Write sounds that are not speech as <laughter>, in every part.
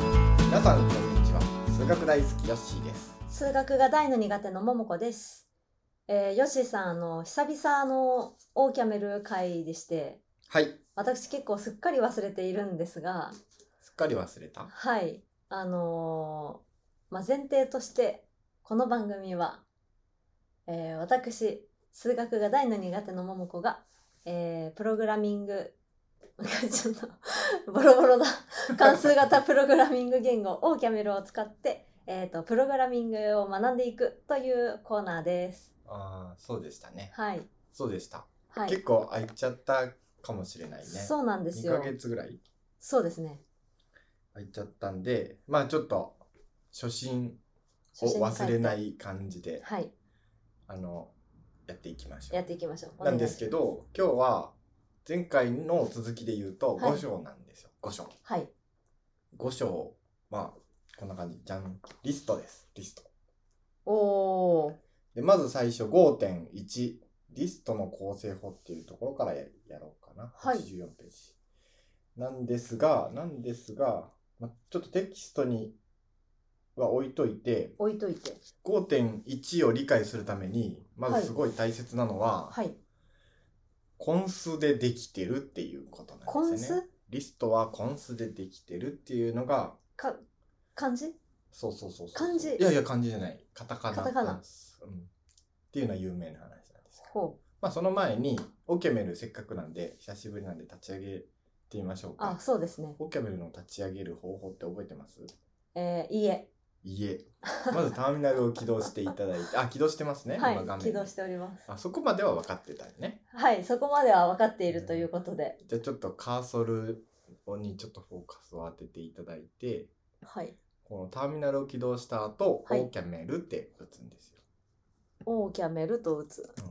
さんこんにちは数学大好きヨッシーです数学が大の苦手のももこです。えー、ヨッシーさん、あの、久々のオーキャメル会でして、はい私結構すっかり忘れているんですが、すっかり忘れたはい、あのーまあ、前提として、この番組は、えー私、数学が大の苦手のももこが、えープログラミング、なんかちょっと、 <laughs> ボロ <laughs> ボロだ、関数型プログラミング言語、オーキャメルを使って、えっ、と、プログラミングを学んでいくというコーナーです。ああそうでしたねはい。そうでした、はい。結構空いちゃったかもしれないねそうなんです2よヶ。月ぐらいそうですね。空いちゃったんでまあちょっと初心を初心に帰っ忘てれな。い感じではい。あのやっていきましょやうっていきましょう。なんですけお願いしど今日は前回の続きで言うとはい5章なんですよ、5章ます。はい。 5章まあこんな感じじゃんリストですリストおー。でまず最初5.1リストの構成法っていうところからややろうかな、はい84ページなんですがなんですが、ま、ちょっとテキストには置いといて置いといて。 5.1を理解するためにまずすごい大切なのは、はい。根数でできてるっていうことなん根ですよね数リストは根数でできてるっていうのがか漢字そうそうそうそう漢字いやいや漢字じゃないカタカナカタカナなんですうん、っていうのは有名な話なんですけどほう。まあその前にオーキャメルせっかくなんで久しぶりなんで立ち上げてみましょうあか、。そうですね。オーキャメルの立ち上げる方法って覚えてますえー、いいえ。いえ。まずターミナルを起動していただいて、あ、起動してますね。今は画い。面起動しております。あそこまでは分かってたよね。はい。そこまでは分かっているということで。じゃあちょっとカーソルにちょっとフォーカスを当てていただいて、はい。このターミナルを起動した後、はいオーキャメルって打つんですよ。オーキャメルと打つ。うん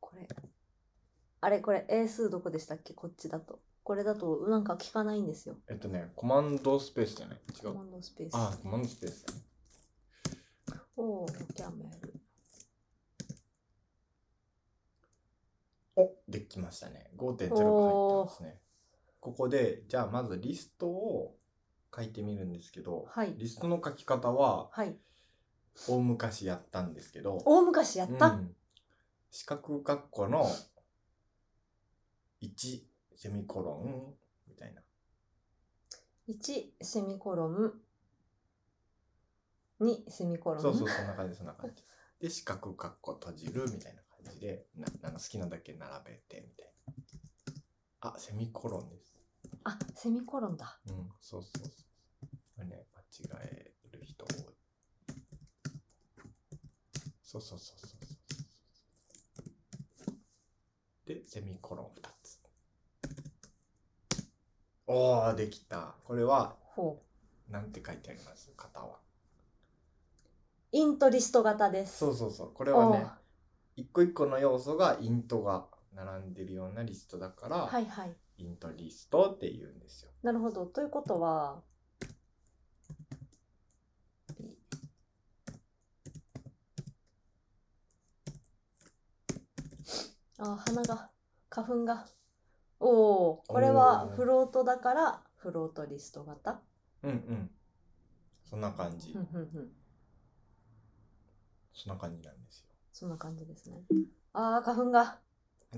これ。あれこれ、英数どこでしたっけこっちだと。これだと、なんか聞かないんですよ。えっとね、コマンドスペースじゃない違コうマ。ンドスペース。あ、コマンドスペースだね。オーキャメル。おできましたね。5.0が入ってますね。ここで、じゃあまずリストを書いてみるんですけど、はい。リストの書き方ははい。大昔やったんですけど、大昔やっうた。ん四角括弧の1セミコロンみたいな。 1セミコロン2セミコロンそうそう、そんな感じ、そんな感じ。で、四角括弧閉じるみたいな感じで、なあの好きなだけ並べてみたいな。あ、セミコロンです。あセミコロンだうん、そうそうそう。これね、間違える人多い。そうそうそうそうそう。で、セミコロン2つ。おー、できた。これは、ほうなんて書いてあります型は。イントリスト型ですそううそうそう。これはね、一個一個の要素がイントが並んでるようなリストだから、はいはいイントリストって言うんですよ。なるほどということはあ鼻が花粉がおおこれはおーフロートだからフロートリスト型うんうん。そんな感じ。うんうんうんそんな感じなんですよ。そんな感じですねあー花粉が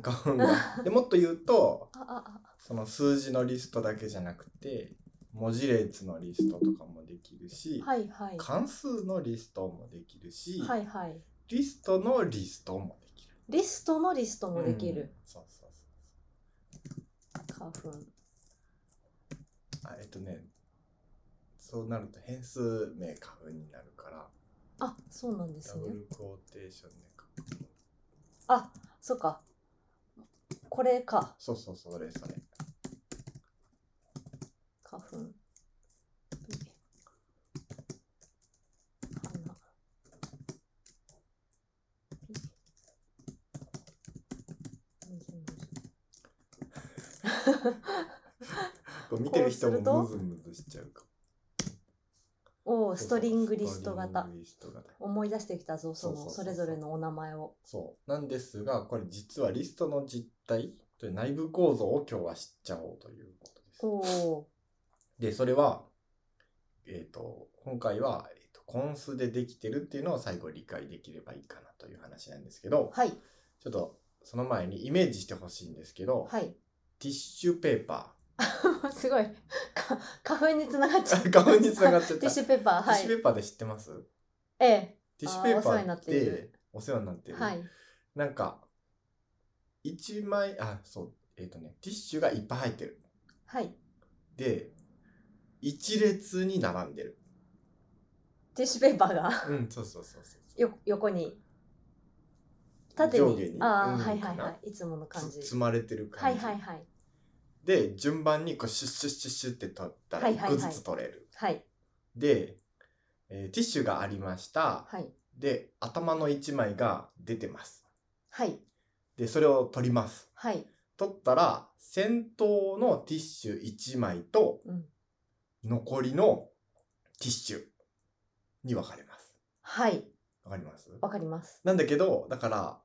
花粉 <laughs> がでもっと言うとあああその数字のリストだけじゃなくて文字列のリストとかもできるし、はいはい関数のリストもできるし、はいはい。リストのリストもできる。リストのリストもできる。うんそうそうそ花粉。う。あえっとねそうなると変数名花粉になるからあ、そうなんでダすブね。ルクォーテーションで書くあ、そっか。これか。そうそうそうそれそれ。花粉。花。こう見てる人もこムうすズムズしちゃうかも。おお、ストリングリストス型ト。リングリスト型思い出してきたぞ、そそうそのうそうそうそれぞれのお名前を。そうなんですがこれ実はリストの実態という内部構造を今日は知っちゃおうということです。おお、で、それは、えっ、と、今回は、えーとコンスでできてるっていうのを最後理解できればいいかなという話なんですけど、はいちょっとその前にイメージしてほしいんですけど、はいティッシュペーパすごいか花粉につながっちゃっー。た顔に繋がっちゃっティた。ッシュペーパーティッはシいュペーパーで知ってますええティッシュペーパあーお世話になーっっていてるお世話になってる。はいなんか、1枚、あ、そう、えっ、とね、ティッシュがいっぱい入ってる。はいで、一列に並んでる。ティッシュペーパーがうん、そうそうそうそう。よ横に縦上下ににああ、うんはいはいかなはいいつもの感じつ積まれてるは感いじ。はいはいで、順番にこうシュッシュッシュッシュッって取ったらはいはいは1い個ずつ取れる。はいで、えーティッシュがありました。はいで、頭の1枚が出てます。はいで、それを取ります。はい取ったら、先頭のティッシュ1枚とうん残りのティッシュに分かれます。はいわかりますわかりますなんだけど、だから、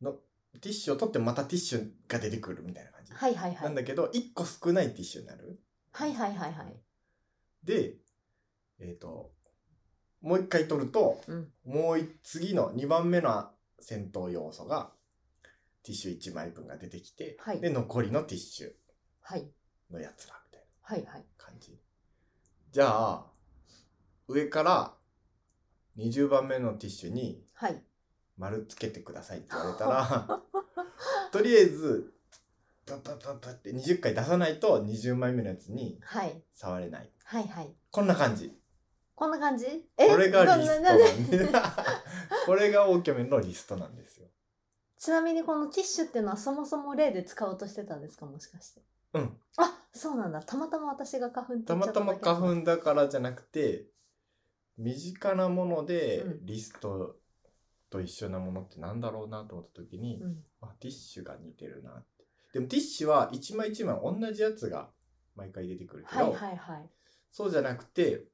のティッシュを取ってまたティッシュが出てくるみたいな感じ。はいはいはないんだけど、1個少ないティッシュになる。はいはいはいはいで、えっ、と、もう一回取ると、うんもうい次の2番目の戦闘要素が、ティッシュ1枚分が出てきて、はいで、残りのティッシュはいのやつらみたいなはいはい感じ。じゃあ、上から20番目のティッシュにはい丸つけてくださいって言われたら <laughs> とりあえずタタタタって20回出さないと20枚目のやつにはい触れないはいはいこんな感じこんな感じえこれがリストななんななで <laughs> これがオーキャメンのリストなんですよちなみにこのティッシュっていうのはそもそも例で使おうとしてたんですかもしかしてうんあそうなんだたまたま私が花粉ってた言まっちゃったまだけだ花粉だからじゃなくて身近なものでうんリストと一緒なものってなんだろうなと思った時に、うんあティッシュが似てるなってでもティッシュは一枚一枚同じやつが毎回出てくるけはど、いはいはいそうじゃなくて、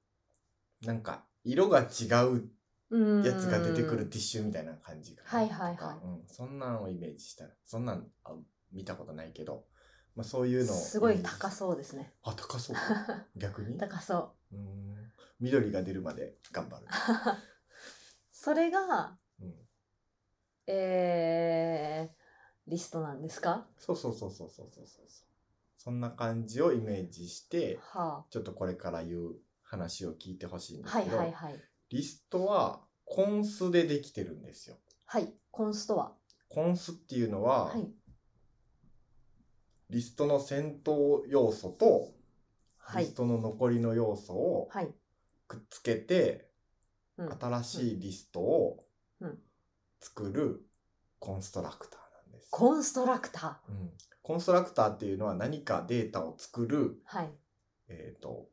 なんか、色が違ううんやつが出てくるティッシュみたいな感じかなはいはいとかはいうん、そんなんをイメージしたら、そんなんあ見たことないけど、まあそういうのを。すごい高そうですねあ、高 <laughs> そう逆に高そううーん。緑が出るまで頑張る。それがうん、えー、リストなんですかそうそうそうそうそうそうそう。そんな感じをイメージして、はちょっとこれから言う話を聞いてほしいんあですはけいど、はいはいリストはコンスでできてるんですよ。はいコンストはコンスっていうのは、はいリストの先頭要素とはリスいトの残りの要素をはいくっつけてうん新しいリストをうん作るコンストラクターなんです。コンストラクタうんコンストラクターっていうのは何かデータを作る、ーはいえー、と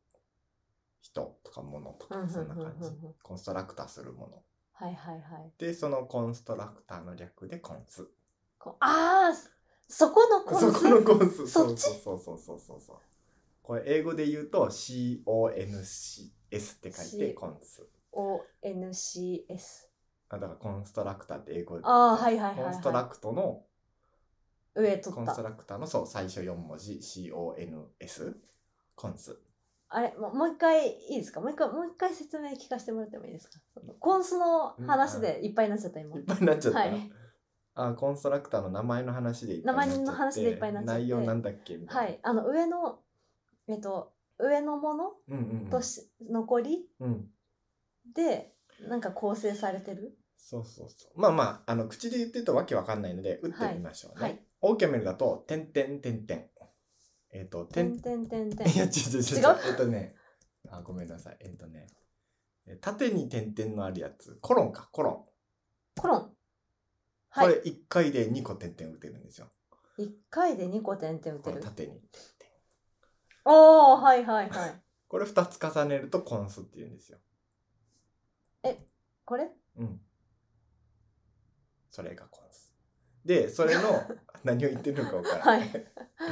人とか物とうんうかんそんな感うんじうんうんコンストラクターするものはいはいはいでそのコンストラクターの略でコンスこあーそこのコそンこスのコンスそっちそうそうそうそうそうそうこれ英語で言うと CONCS って書いて C コンス ONCS あだからコンストラクターって英語であーはいはいはいはコいンストラクトの上取コっンストたラクターのそう最初4文字 CONS コンスあれもうもう一回いいですかもう一回もう一回説明聞かせてもらってもいいですかそのコンスの話でいっぱいになっちゃった今、いっぱいになっちゃった、はいあコンストラクターの名前の話でいっぱいになっちゃって名前の話でいっぱいになっちゃって内容なんだっけみたいな、はいあの上のえっと上のものうんうんとし、残りうん、うん、でなんか構成されてるそうそうそうまあまああの口で言ってたわけわかんないので打ってみましょうね、はいオーキャメルだと、てんてんてんてん。えっ、と、ててん、んいてんてんてんや、違う違う違う。違うえっ、とね、あ、ごめんなさい。えっ、とね、え縦に点々のあるやつ、コロンか、コロン。コロンはこいれ1回で2個点々打てるんですよ。 1回で2個点々打こてのる縦に。おおはいはいはいこれ2つ重ねるとコンスって言うんですよ。これうん。それがコンス。で、それの、<laughs> 何を言ってるのか分からない。はい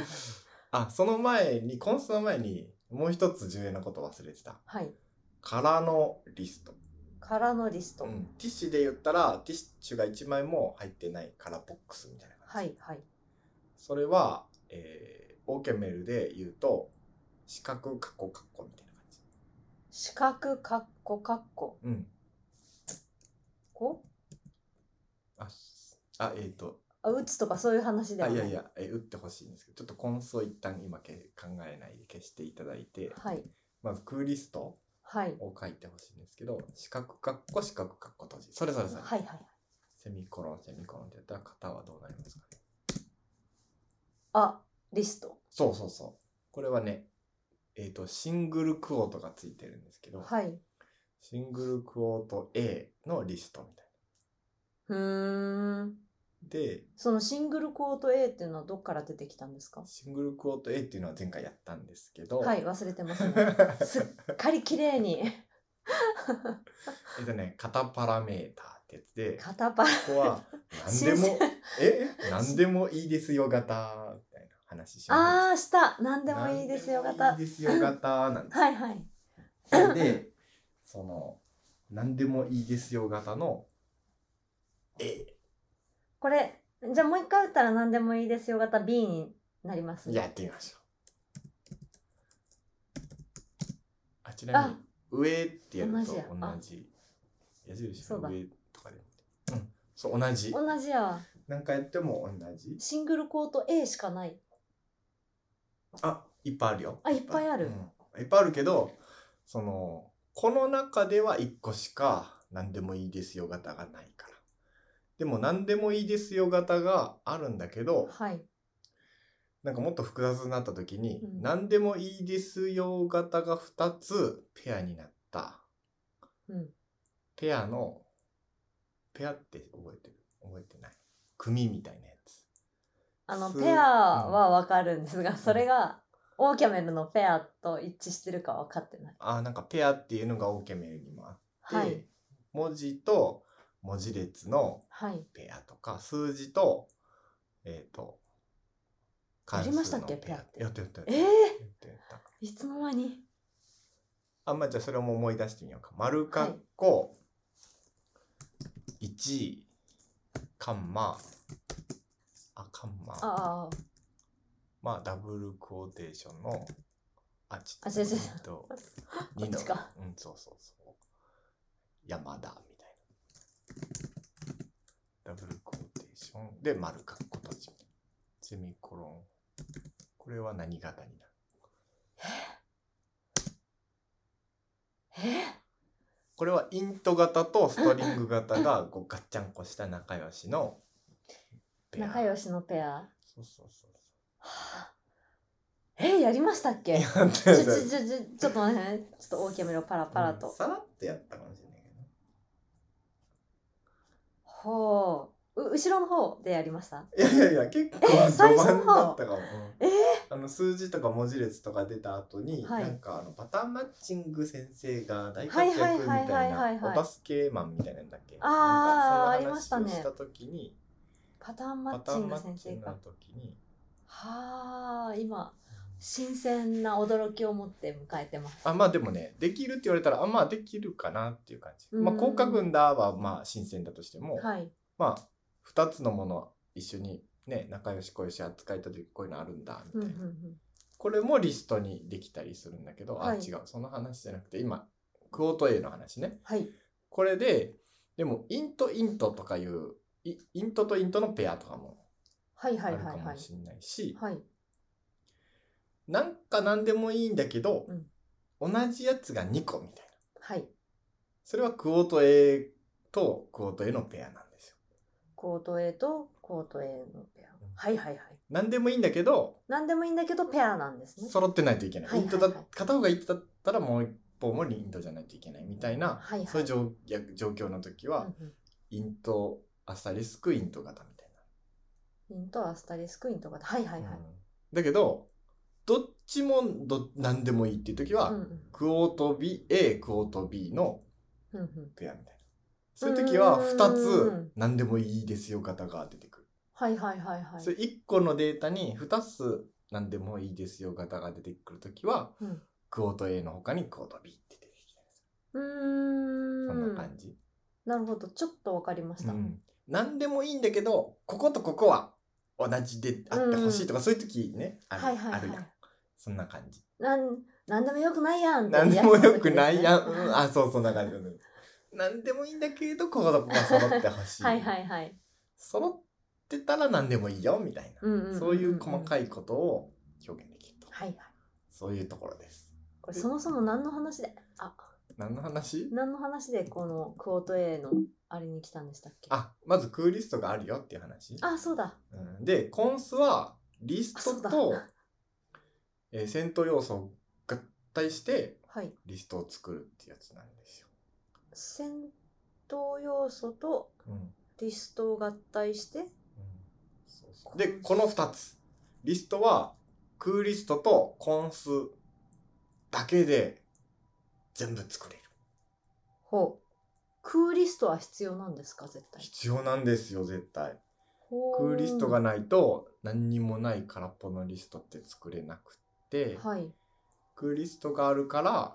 <laughs> あ、その前に、コンスの前に、もう一つ重要なこと忘れてた。はい空のリスト。からのリスト、うん、ティッシュで言ったらティッシュが1枚も入ってないカラーボックスみたいな感じ、はいはいそれは、えー、オーケーメールで言うと四角カッコカッコみたいな感じ。四角かっこかっこうん。こあ、あえっ、と、あ打つとかそういう話であはないやいいや、え打ってほしいんですけど、ちょっとコンソ一旦今け考えないで消していただいて、はいまずクーリストはいを書いてほしいんですけど、四角カッコ四角カッコ閉じ。それぞれさ、はいはいセミコロンセミコロンってやったら型はどうなりますかね。あリストそうそうそう。これはね、えっ、と、シングルクオートがついてるんですけど、はいシングルクオート A のリストみたいうーんな。で、そのシングルコート A っていうのはどっから出てきたんですかシングルクオート A っていうのは前回やったんですけど、はい忘れ <laughs> てますねすっかり綺麗にえっとね、型パラメーターってやつで、こ肩パラこは何で新も、え何でもいいですよ型みたいな話しまあーした何すでもいいですよ何で型もいいですよ型なんです。はいはいそれで、その、何でもいいですよ型の A。これじゃあもう一回打ったら何でもいいですよ型 B になりますやってみましょう。あちなみにあ上ってやると同同じじやあ矢印そうだの上とかでもうんそう同じ同じやわ何回やっても同じシングルコート A しかないあいっぱいあるよあいっぱいあるうんいっぱいあるけどそのこの中では1個しか何でもいいですよ型がないからでも何でもいいですよ型があるんだけどはいなんかもっと複雑になった時に、うん何でもいいですよ型が2つペアになった、うんペアのペアって覚えてる覚えてない組みたいなやつあのすペアはわかるんですが、それがオーキャメルのペアと一致してるか分かってないあーなんかペアっていうのがオーケメルにもあって、はい文字と文字列のはいペアとか数字とえっ、とやりましたっけ関数のペやアってやってやってええやってやったいつの間にあんまあじゃあそれも思い出してみようか。丸括弧1カンマあカンマああまあダブルクォーテーションのあちあ違う違う違うえっ <laughs> とこっちかうんそうそうそう山田みたいなダブルクォーテーションで丸括弧閉じセミコロンこれは何型になるえこれはイント型とストリング型 <laughs> がこうガッチャンコした仲良しのペア仲良しのペアはそうそうそうあえやりましたっけちょそうちょちょちょちょっと待ってねちょっとオーキャメルをパラパラと、うんさらっとやったかもしれないけどほうう後ろの方でやりましたいやいやいや結構え最序初の盤方だったかも、えーあの数字とか文字列とか出た後に、はいなんかあのパターンマッチング先生が大活はい躍みはたいいはいはいはいはいなお助けマンみたいなんだっけあーなんかそんな話ありましたねをした時にパターンマパッタチーンンマッグ先チ生ングのか時にはあ今新鮮な驚きを持って迎えてますあまあでもねできるって言われたらあまあできるかなっていう感じ、うんまあ広角んだはまあ新鮮だとしても、はいまあ2つのもの一緒にね仲良し恋し扱いた時こういうのあるんだうみんうたいんな、うんこれもリストにできたりするんだけど、はいあ違うその話じゃなくて今クオート A の話ねはいこれででもイントイントとかいうイイントとイントのペアとかもはいあはいるはかいはもいしれないし、はいなんか何でもいいんだけど、うん同じやつが2個みたいなはいそれはクオート A とクオート A のペアなんですよコート A とコート A のペアはいはいはい何でもいいんだけど何でもいいんだけどペアなんですね揃ってないといけない,、はいはいはいイントだ片方がイントだったらもう一方もイントじゃないといけないみたいな、はいはいそういう状状況の時は、うんイントアスタリスクイント型みたいうんインとアスタリスクインとかはいはいな、はいうんだけどどっちもど何でもいいっていう時は、うんうんクオート BA クオート B のうんうんペアみたいなそういう時はうーん2つ何でもいいですよ型が出てくる、はいはいはいはいそれ1個のデータに2つ何でもいいですよ型が出てくる時は、うんクオート A の他にクオート B って出てきたりすうるーそんんな感じ、なるほどちょっとわかりましたうん、何でもいいんだけどこことここは同じであってほしいとか、そういう時ねある,、はいはいはあるやんいそんな感じ。なん、なんでもよくないやんってなん言でい出もした時ですね。よくないやん。ううんあ、そう、そんな感じなんなんでもいいんだけど、ここどこが揃ってほしい。はいはいはい。揃ってたら何でもいいよ、みたいうんうんうんうんな。そういう細かいことを表現できると。はいはい。そういうところです。これそもそも何の話で、あ、何の話何の話でこのクオート A のあれに来たんでしたっけあ、まずクーリストがあるよっていう話。あ、そうだ。うんで、コンスはリスあ、そうトだ。と、えー戦闘要素を合体してはい。リストを作るってやつなんですよ。戦闘要素とうんうんリストを合体して、そうそうで、この2つ。リストはクーリストとコンスだけで全部作れる。ほう。クーリストは必要なんですか絶対。必要なんですよ、絶対。ほうクーリストがないと何にもない空っぽのリストって作れなくって、はい。クーリストがあるから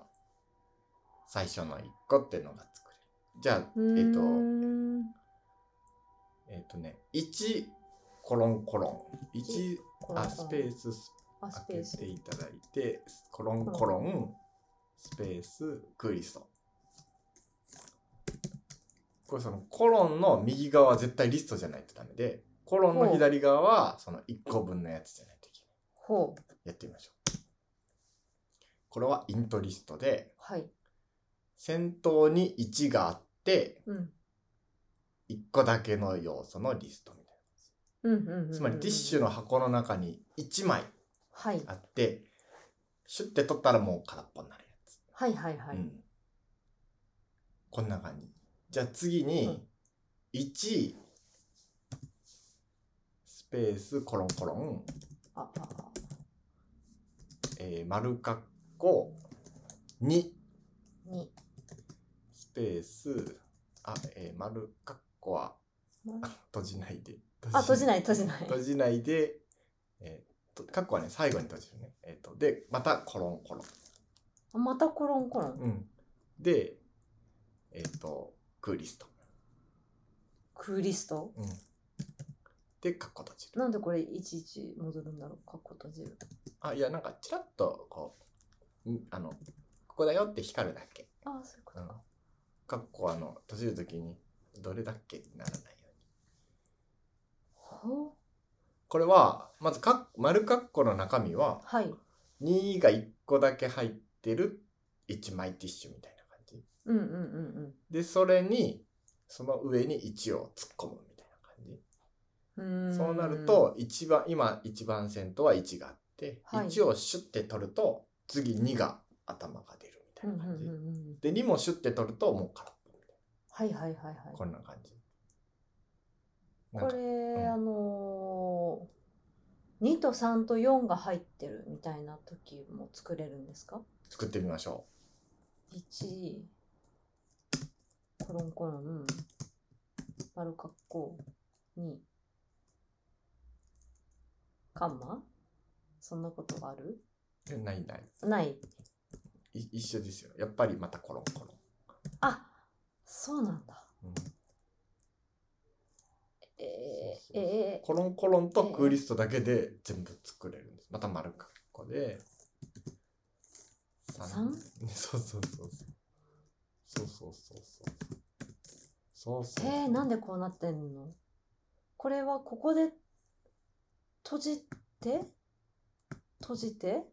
最初の1個っていうのが作れる。じゃあ、ええっ、と、と、えっ、とね、1コロンコロン、1コロンコロンあスペースあスペ開ーけスて。いただいて、コロンコロン、スペース、クーリスト。これそのコロンの右側は絶対リストじゃないとダメで、コロンの左側はその1個分のやつじゃないといけない。ほう。やってみましょう。これはイントリストで、はい。先頭に1があって、うん。 1個だけの要素のリストみたいな。うんうんうんうん。つまりティッシュの箱の中に1枚はい。あってシュッて取ったらもう空っぽになるやつ、はいはいはい。うん、こんな感じじゃあ次に1スペースコロンコロン、あ、あ、あ。えー、丸括弧2に。スペースあ、えー、丸括弧はまあ閉じないであ、閉じないい閉じない。閉じないで、えー、と括弧はね最後に閉じるね、えー、とでまたコロンコロンあまたコロンコロン。うん、で、えっ、と、クーリスト。クーリストうん、で、カッコ閉じる。なんでこれいちいち戻るんだろうカッコ閉じる。あ、いや、なんか、ちらっと、こう、んあの、ここだよって光るだけ。ああ、そういうことうんか。、カッコ、あの、閉じるときに、どれだっけにならないように。ほう。これは、まずカッコ、丸カッコの中身は、はい。 2が1個だけ入ってる1枚ティッシュみたいな感じ。うんうんうんで、それに、その上に1を突っ込むみたいな感じ。うん。うーんそうなる、と一番今一番先頭は1があって、はい1をシュッて取ると次2が頭が出るみたういんうんなう感じ、んうん。で2もシュッて取るともう空っぽみたいはいはいはいはい。なここんな感じなんかれ、うんあのー、2と3と4が入ってるみたいな時も作れるんですか作ってみましょ ?1、コロンコロン、丸括弧、2、カンマそんなことがあるうえないないない。い一緒ですよやっぱりまたコロンコロあ、そうなんだ。ン、うんえそうそうそうー、えー、コロンコロンとクーリストだけで全部作れるんですまた丸括弧で三三 <laughs> そうそうそうそうそうそうそうそうそうそうえー、なんでこうなってんのこれはここで閉じて閉じて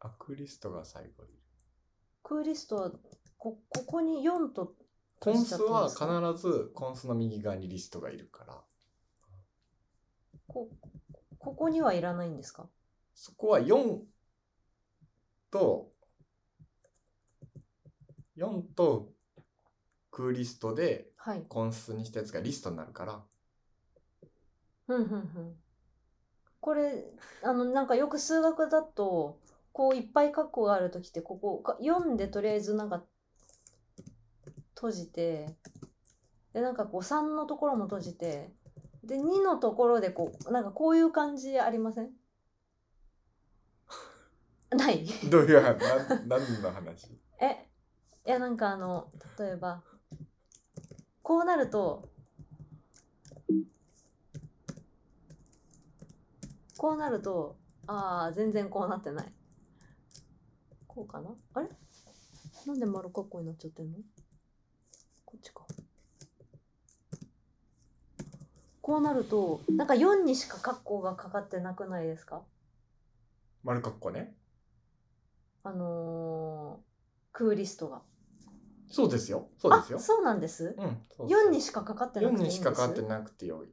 アクリストが最後に。クーリストはこここに4とコン閉じちゃスったんはですか必ずコンスの右側にリストがいるから、こここにはいらないんですかそこは4と、4とクーリストではい。コンスにしたやつがリストになるから、ふんふんふん。これ、あの、なんかよく数学だと、こういっぱい括弧があるときって、ここか、4でとりあえずなんか、閉じて、で、なんかこう3のところも閉じて、で、2のところでこう、なんかこういう感じありません <laughs> ないどういう話、な何の話えいやなんかあの例えばこうなるとこうなるとああ全然こうなってないこうかなあれなんで丸括弧になっちゃってんのこっちか。こうなると、なんか4にしか括弧がかかってなくないですか丸括弧ね。あのー、クーリストが。そうですよ。そうですよあ、。そうなんです。うん。そうそう4にしかかかってな4くてにいいんですしかかってなくてよい。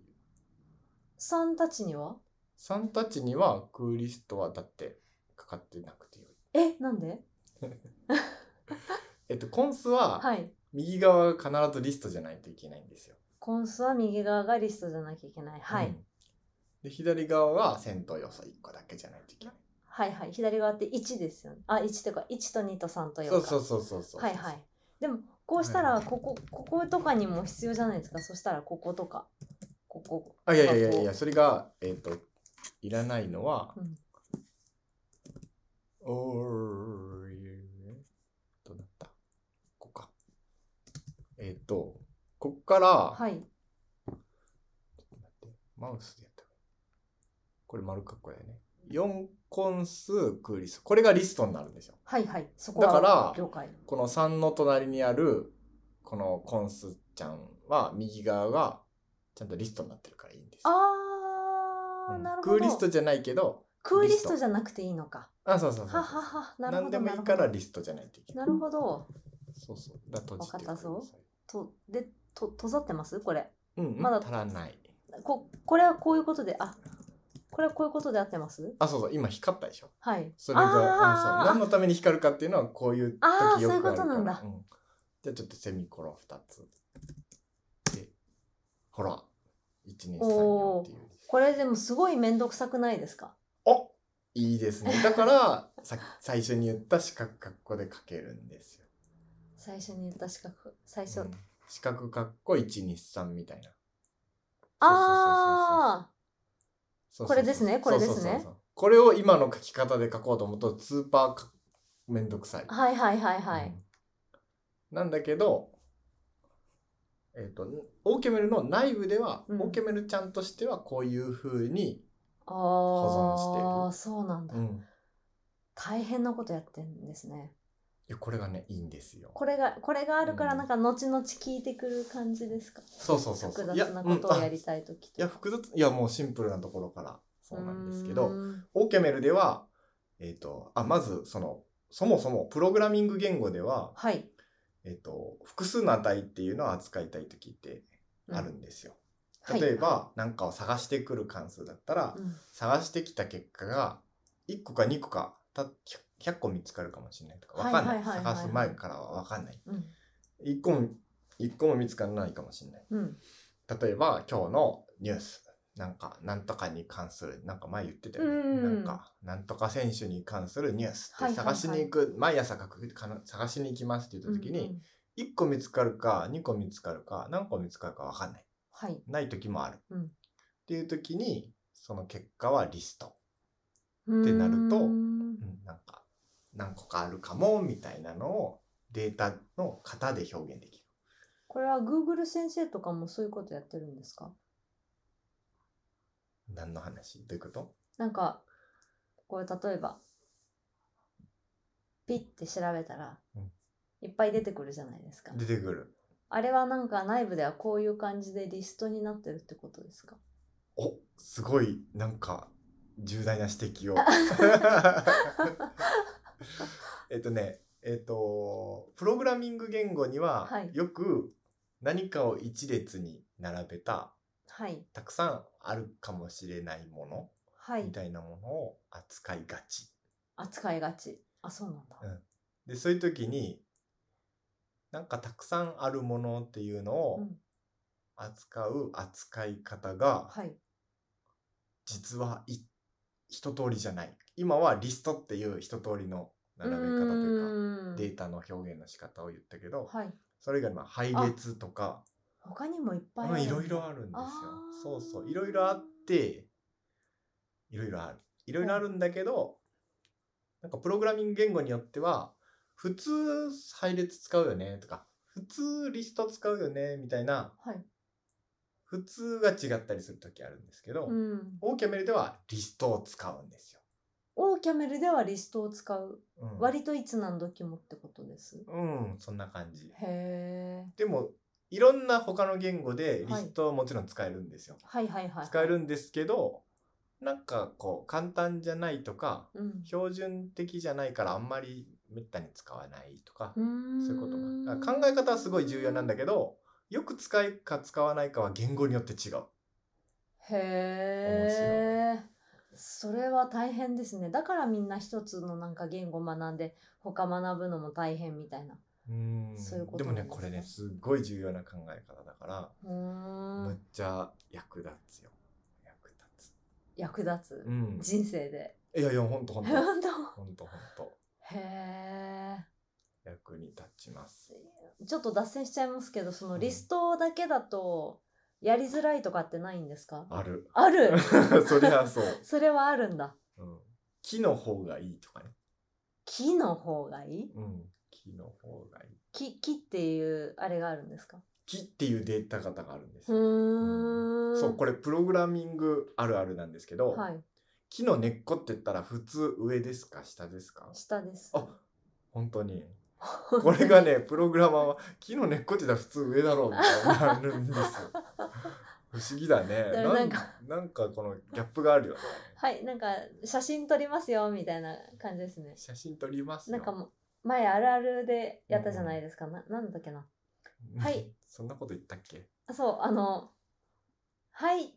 3たちには3たちにはクーリストはだってかかってなくてよい。え、なんでえっと、コンスははい。右側が必ずリストじゃないといけないんですよ。コンスは右側がリストじゃなきゃいけない。はい。うんで、左側は戦闘要素1個だけじゃないといけない。はいはい。左側って1ですよね。あ、1というか、1と2と3と4か。そうそうそうそうそう。はいはい。。でも、こうしたら、ここ、こことかにも必要じゃないですか。そしたら、こことか。ここ。あ、いやいやいやいあや、それが、えっと、いらないのはうん、おーえっとなった。ここか。えっと、こっから、とはい。待ってマウスでやった。これ丸括弧だよね。4コンスクーリスト。これがリストになるんですよ。はいはい。そこだかはら、了解。この3の隣にある、このコンスちゃんは、右側が、ちゃんとリストになってるからいいんです。あー、うんなるほど。クーリストじゃないけど、クーリストじゃなくていいのか。あ、そうそうそうそう。ははは。なるほ何ど。でもいいなるほかどらリストじゃないといけな。ないるほど。そうそう。だ閉じてくださいわかったぞ。と、で、と、閉ざってますこれ。うん、うん、まだ足らない。こ、これはこういうことで、あ、これはこういうことで合ってますあ、そうそう。今光ったでしょ。はい。それが、うんそうあー何のために光るかっていうのはこういう時よくああーるからそういうことなんだんじゃあちょっとセミコロ2つでほら1234おーっていうこれでもすごい面倒くさくないですかおいいですねだから <laughs> さ最初に言った四角括弧で書けるんですよ、最初に言った四角。最初。うん四角括弧123みたいなあー。そうそうそうそうこれですねこれですねそうそうそうそうこれを今の書き方で書こうと思うとスーパーかめんどくさいはいはいはいはい。うんなんだけど、えっ、と、オーケメルの内部では、うんオーケメルちゃんとしてはこういう風に、あ保あ、そうなんだ、うん大変なことやってんですね。いやこれがね、いいんですよ。これが、これがあるから、うんなんか後々聞いてくる感じですか。そうそうそうそう。複いや雑なことをうんあやりたいときいや、複雑、いや、もうシンプルなところから、そうなんですけど、うオーケメルでは、えっ、と、あ、まず、その、そもそもプログラミング言語では、はい。えっ、と、複数の値っていうのを扱いたいときってあるんですよ。例えば、なんかを探してくる関数だったら、はい、うん探してきた結果が1個か2個かた 100, 100個見つかるかもしれないとか分かんない,、はいはいはいはい探す前からは分かんないうん1個も一個も見つからないかもしれないうん例えば今日のニュースなんかなんとかに関するなんか前言ってたよね、うんなんかなんとか選手に関するニュースっはいてはいはい探しに行く、毎朝確かな探しに行きますって言った時うんうにん1個見つかるか2個見つかるか何個見つかるか分かんないはい。ない時もある、うんっていう時にその結果はリストってなるとうんうんなんか何個かあるかもみたいなのをデータの型で表現できる。これは Google 先生とかもそういうことやってるんですか何の話どういうことなんか、こう例えば、ピッて調べたら、うんいっぱい出てくるじゃないですか。出てくる。あれはなんか内部ではこういう感じでリストになってるってことですかおすごいなんか重大な指摘を。 <laughs> えっとねえっとプログラミング言語にははいよく何かを一列に並べたはいたくさんあるかもしれないもはのみいたいなものを扱いがち。扱いがちあそうなんだ、うんでそういう時になんかたくさんあるものっていうのうをん扱う扱い方がはい実はい一通りじゃない今はリストっていう一通りの並べ方というかうーんデータの表現の仕方を言ったけどはいそれがまあ配列とか他にもいっぱいうんいんだろいろあるんですよあーそうそういろいろあっていろいろあるいろいろあるんだけどなんかプログラミング言語によっては普通配列使うよねとか普通リスト使うよねみたいなはい普通が違ったりする時あるんですけど、うんオーケーメルではリストを使うんですよオーキャメルではリストを使ううん、割といつ何時もってことですうん、そんな感じ。へえでも、いろんな他の言語でリストはもちろん使えるんですよ。はいはいはい使えるんですけど、なんかこう、簡単じゃないとか、うん標準的じゃないからあんまりめったに使わないとか、うーんそういうことが。だから考え方はすごい重要なんだけど、よく使いか使わないかは言語によって違う。へえそれは大変ですねだからみんな一つのなんか言語学んで他学ぶのも大変みたいなうんそういうことでもねなんですこねれねすっごい重要な考え方だかうーらむっんちゃ役立つよ役立つ役立つうん人生でいやいやほんとほんと <laughs> 本当ほんとほんとへ役に立ちますえちょっと脱線しちゃいますけどそのうんリストだけだとやりづらいとかってないんですかある <laughs> あるそりゃそう、それはあるんだうん、木の方がいいとかね木の方がいいうん木の方がいい木木っていうあれがあるんですか木っていうデータ型があるんですうよーんそうこれプログラミングあるあるなんですけど、はい木の根っこって言ったら普通上ですか下ですか下ですあ本当 <laughs> にこれがね、プログラマーは木の根っこって言ったら普通上だろうみたいになるんですよ。不思議だ <laughs> ね。だからなんかなんなんかこのギャップがあるよね。はい、なんか写真撮りますよみたいな感じですね。写真撮りますよ。なんかもう前あるあるでやったじゃないですか。ななんだっけな。うんはい。 <laughs> そんなこと言ったっけあそう、あの、はい、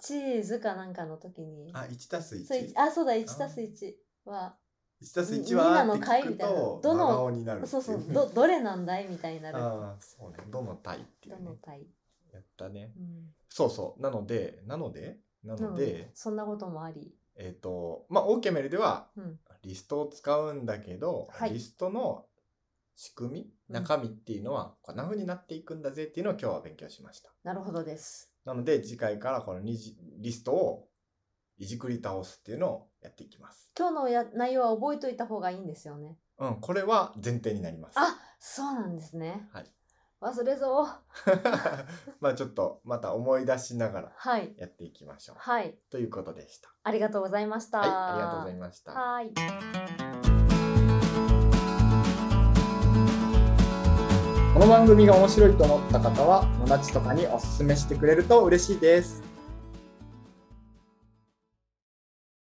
チーズかなんかの時に、あ、1たすそう1。いあそうだ、1たす1は、 1たす1みんはなのって聞解くみたいなと、どの真顔になるっていそうそう、ど <laughs> どれなんだいみたいになる。 <laughs> ああ、そうね。どの体っていどうねの。体、やったね。うん、そうそう。なので、なので、ななののでで、、そんなこともあり。えっ、と、まあ、オーケーメルではうん、リストを使うんだけど、はいリストの仕組み、うん中身っていうのはこんな風になっていくんだぜっていうのを今日は勉強しました。なるほどです。なので次回からこの二次リストをいじくり倒すっていうのをやっていきます。今日のや内容は覚えといた方がいいんですよね。うん、これは前提になります。あそうなんですね。はい。忘れそう。 <laughs> まあちょっとまた思い出しながらはい。やっていきましょう。はい、ということでした。ありがとうございました。はい、ありがとうございまました。はい。この番組が面白いと思った方は友達とかにおすすめしてくれると嬉しいです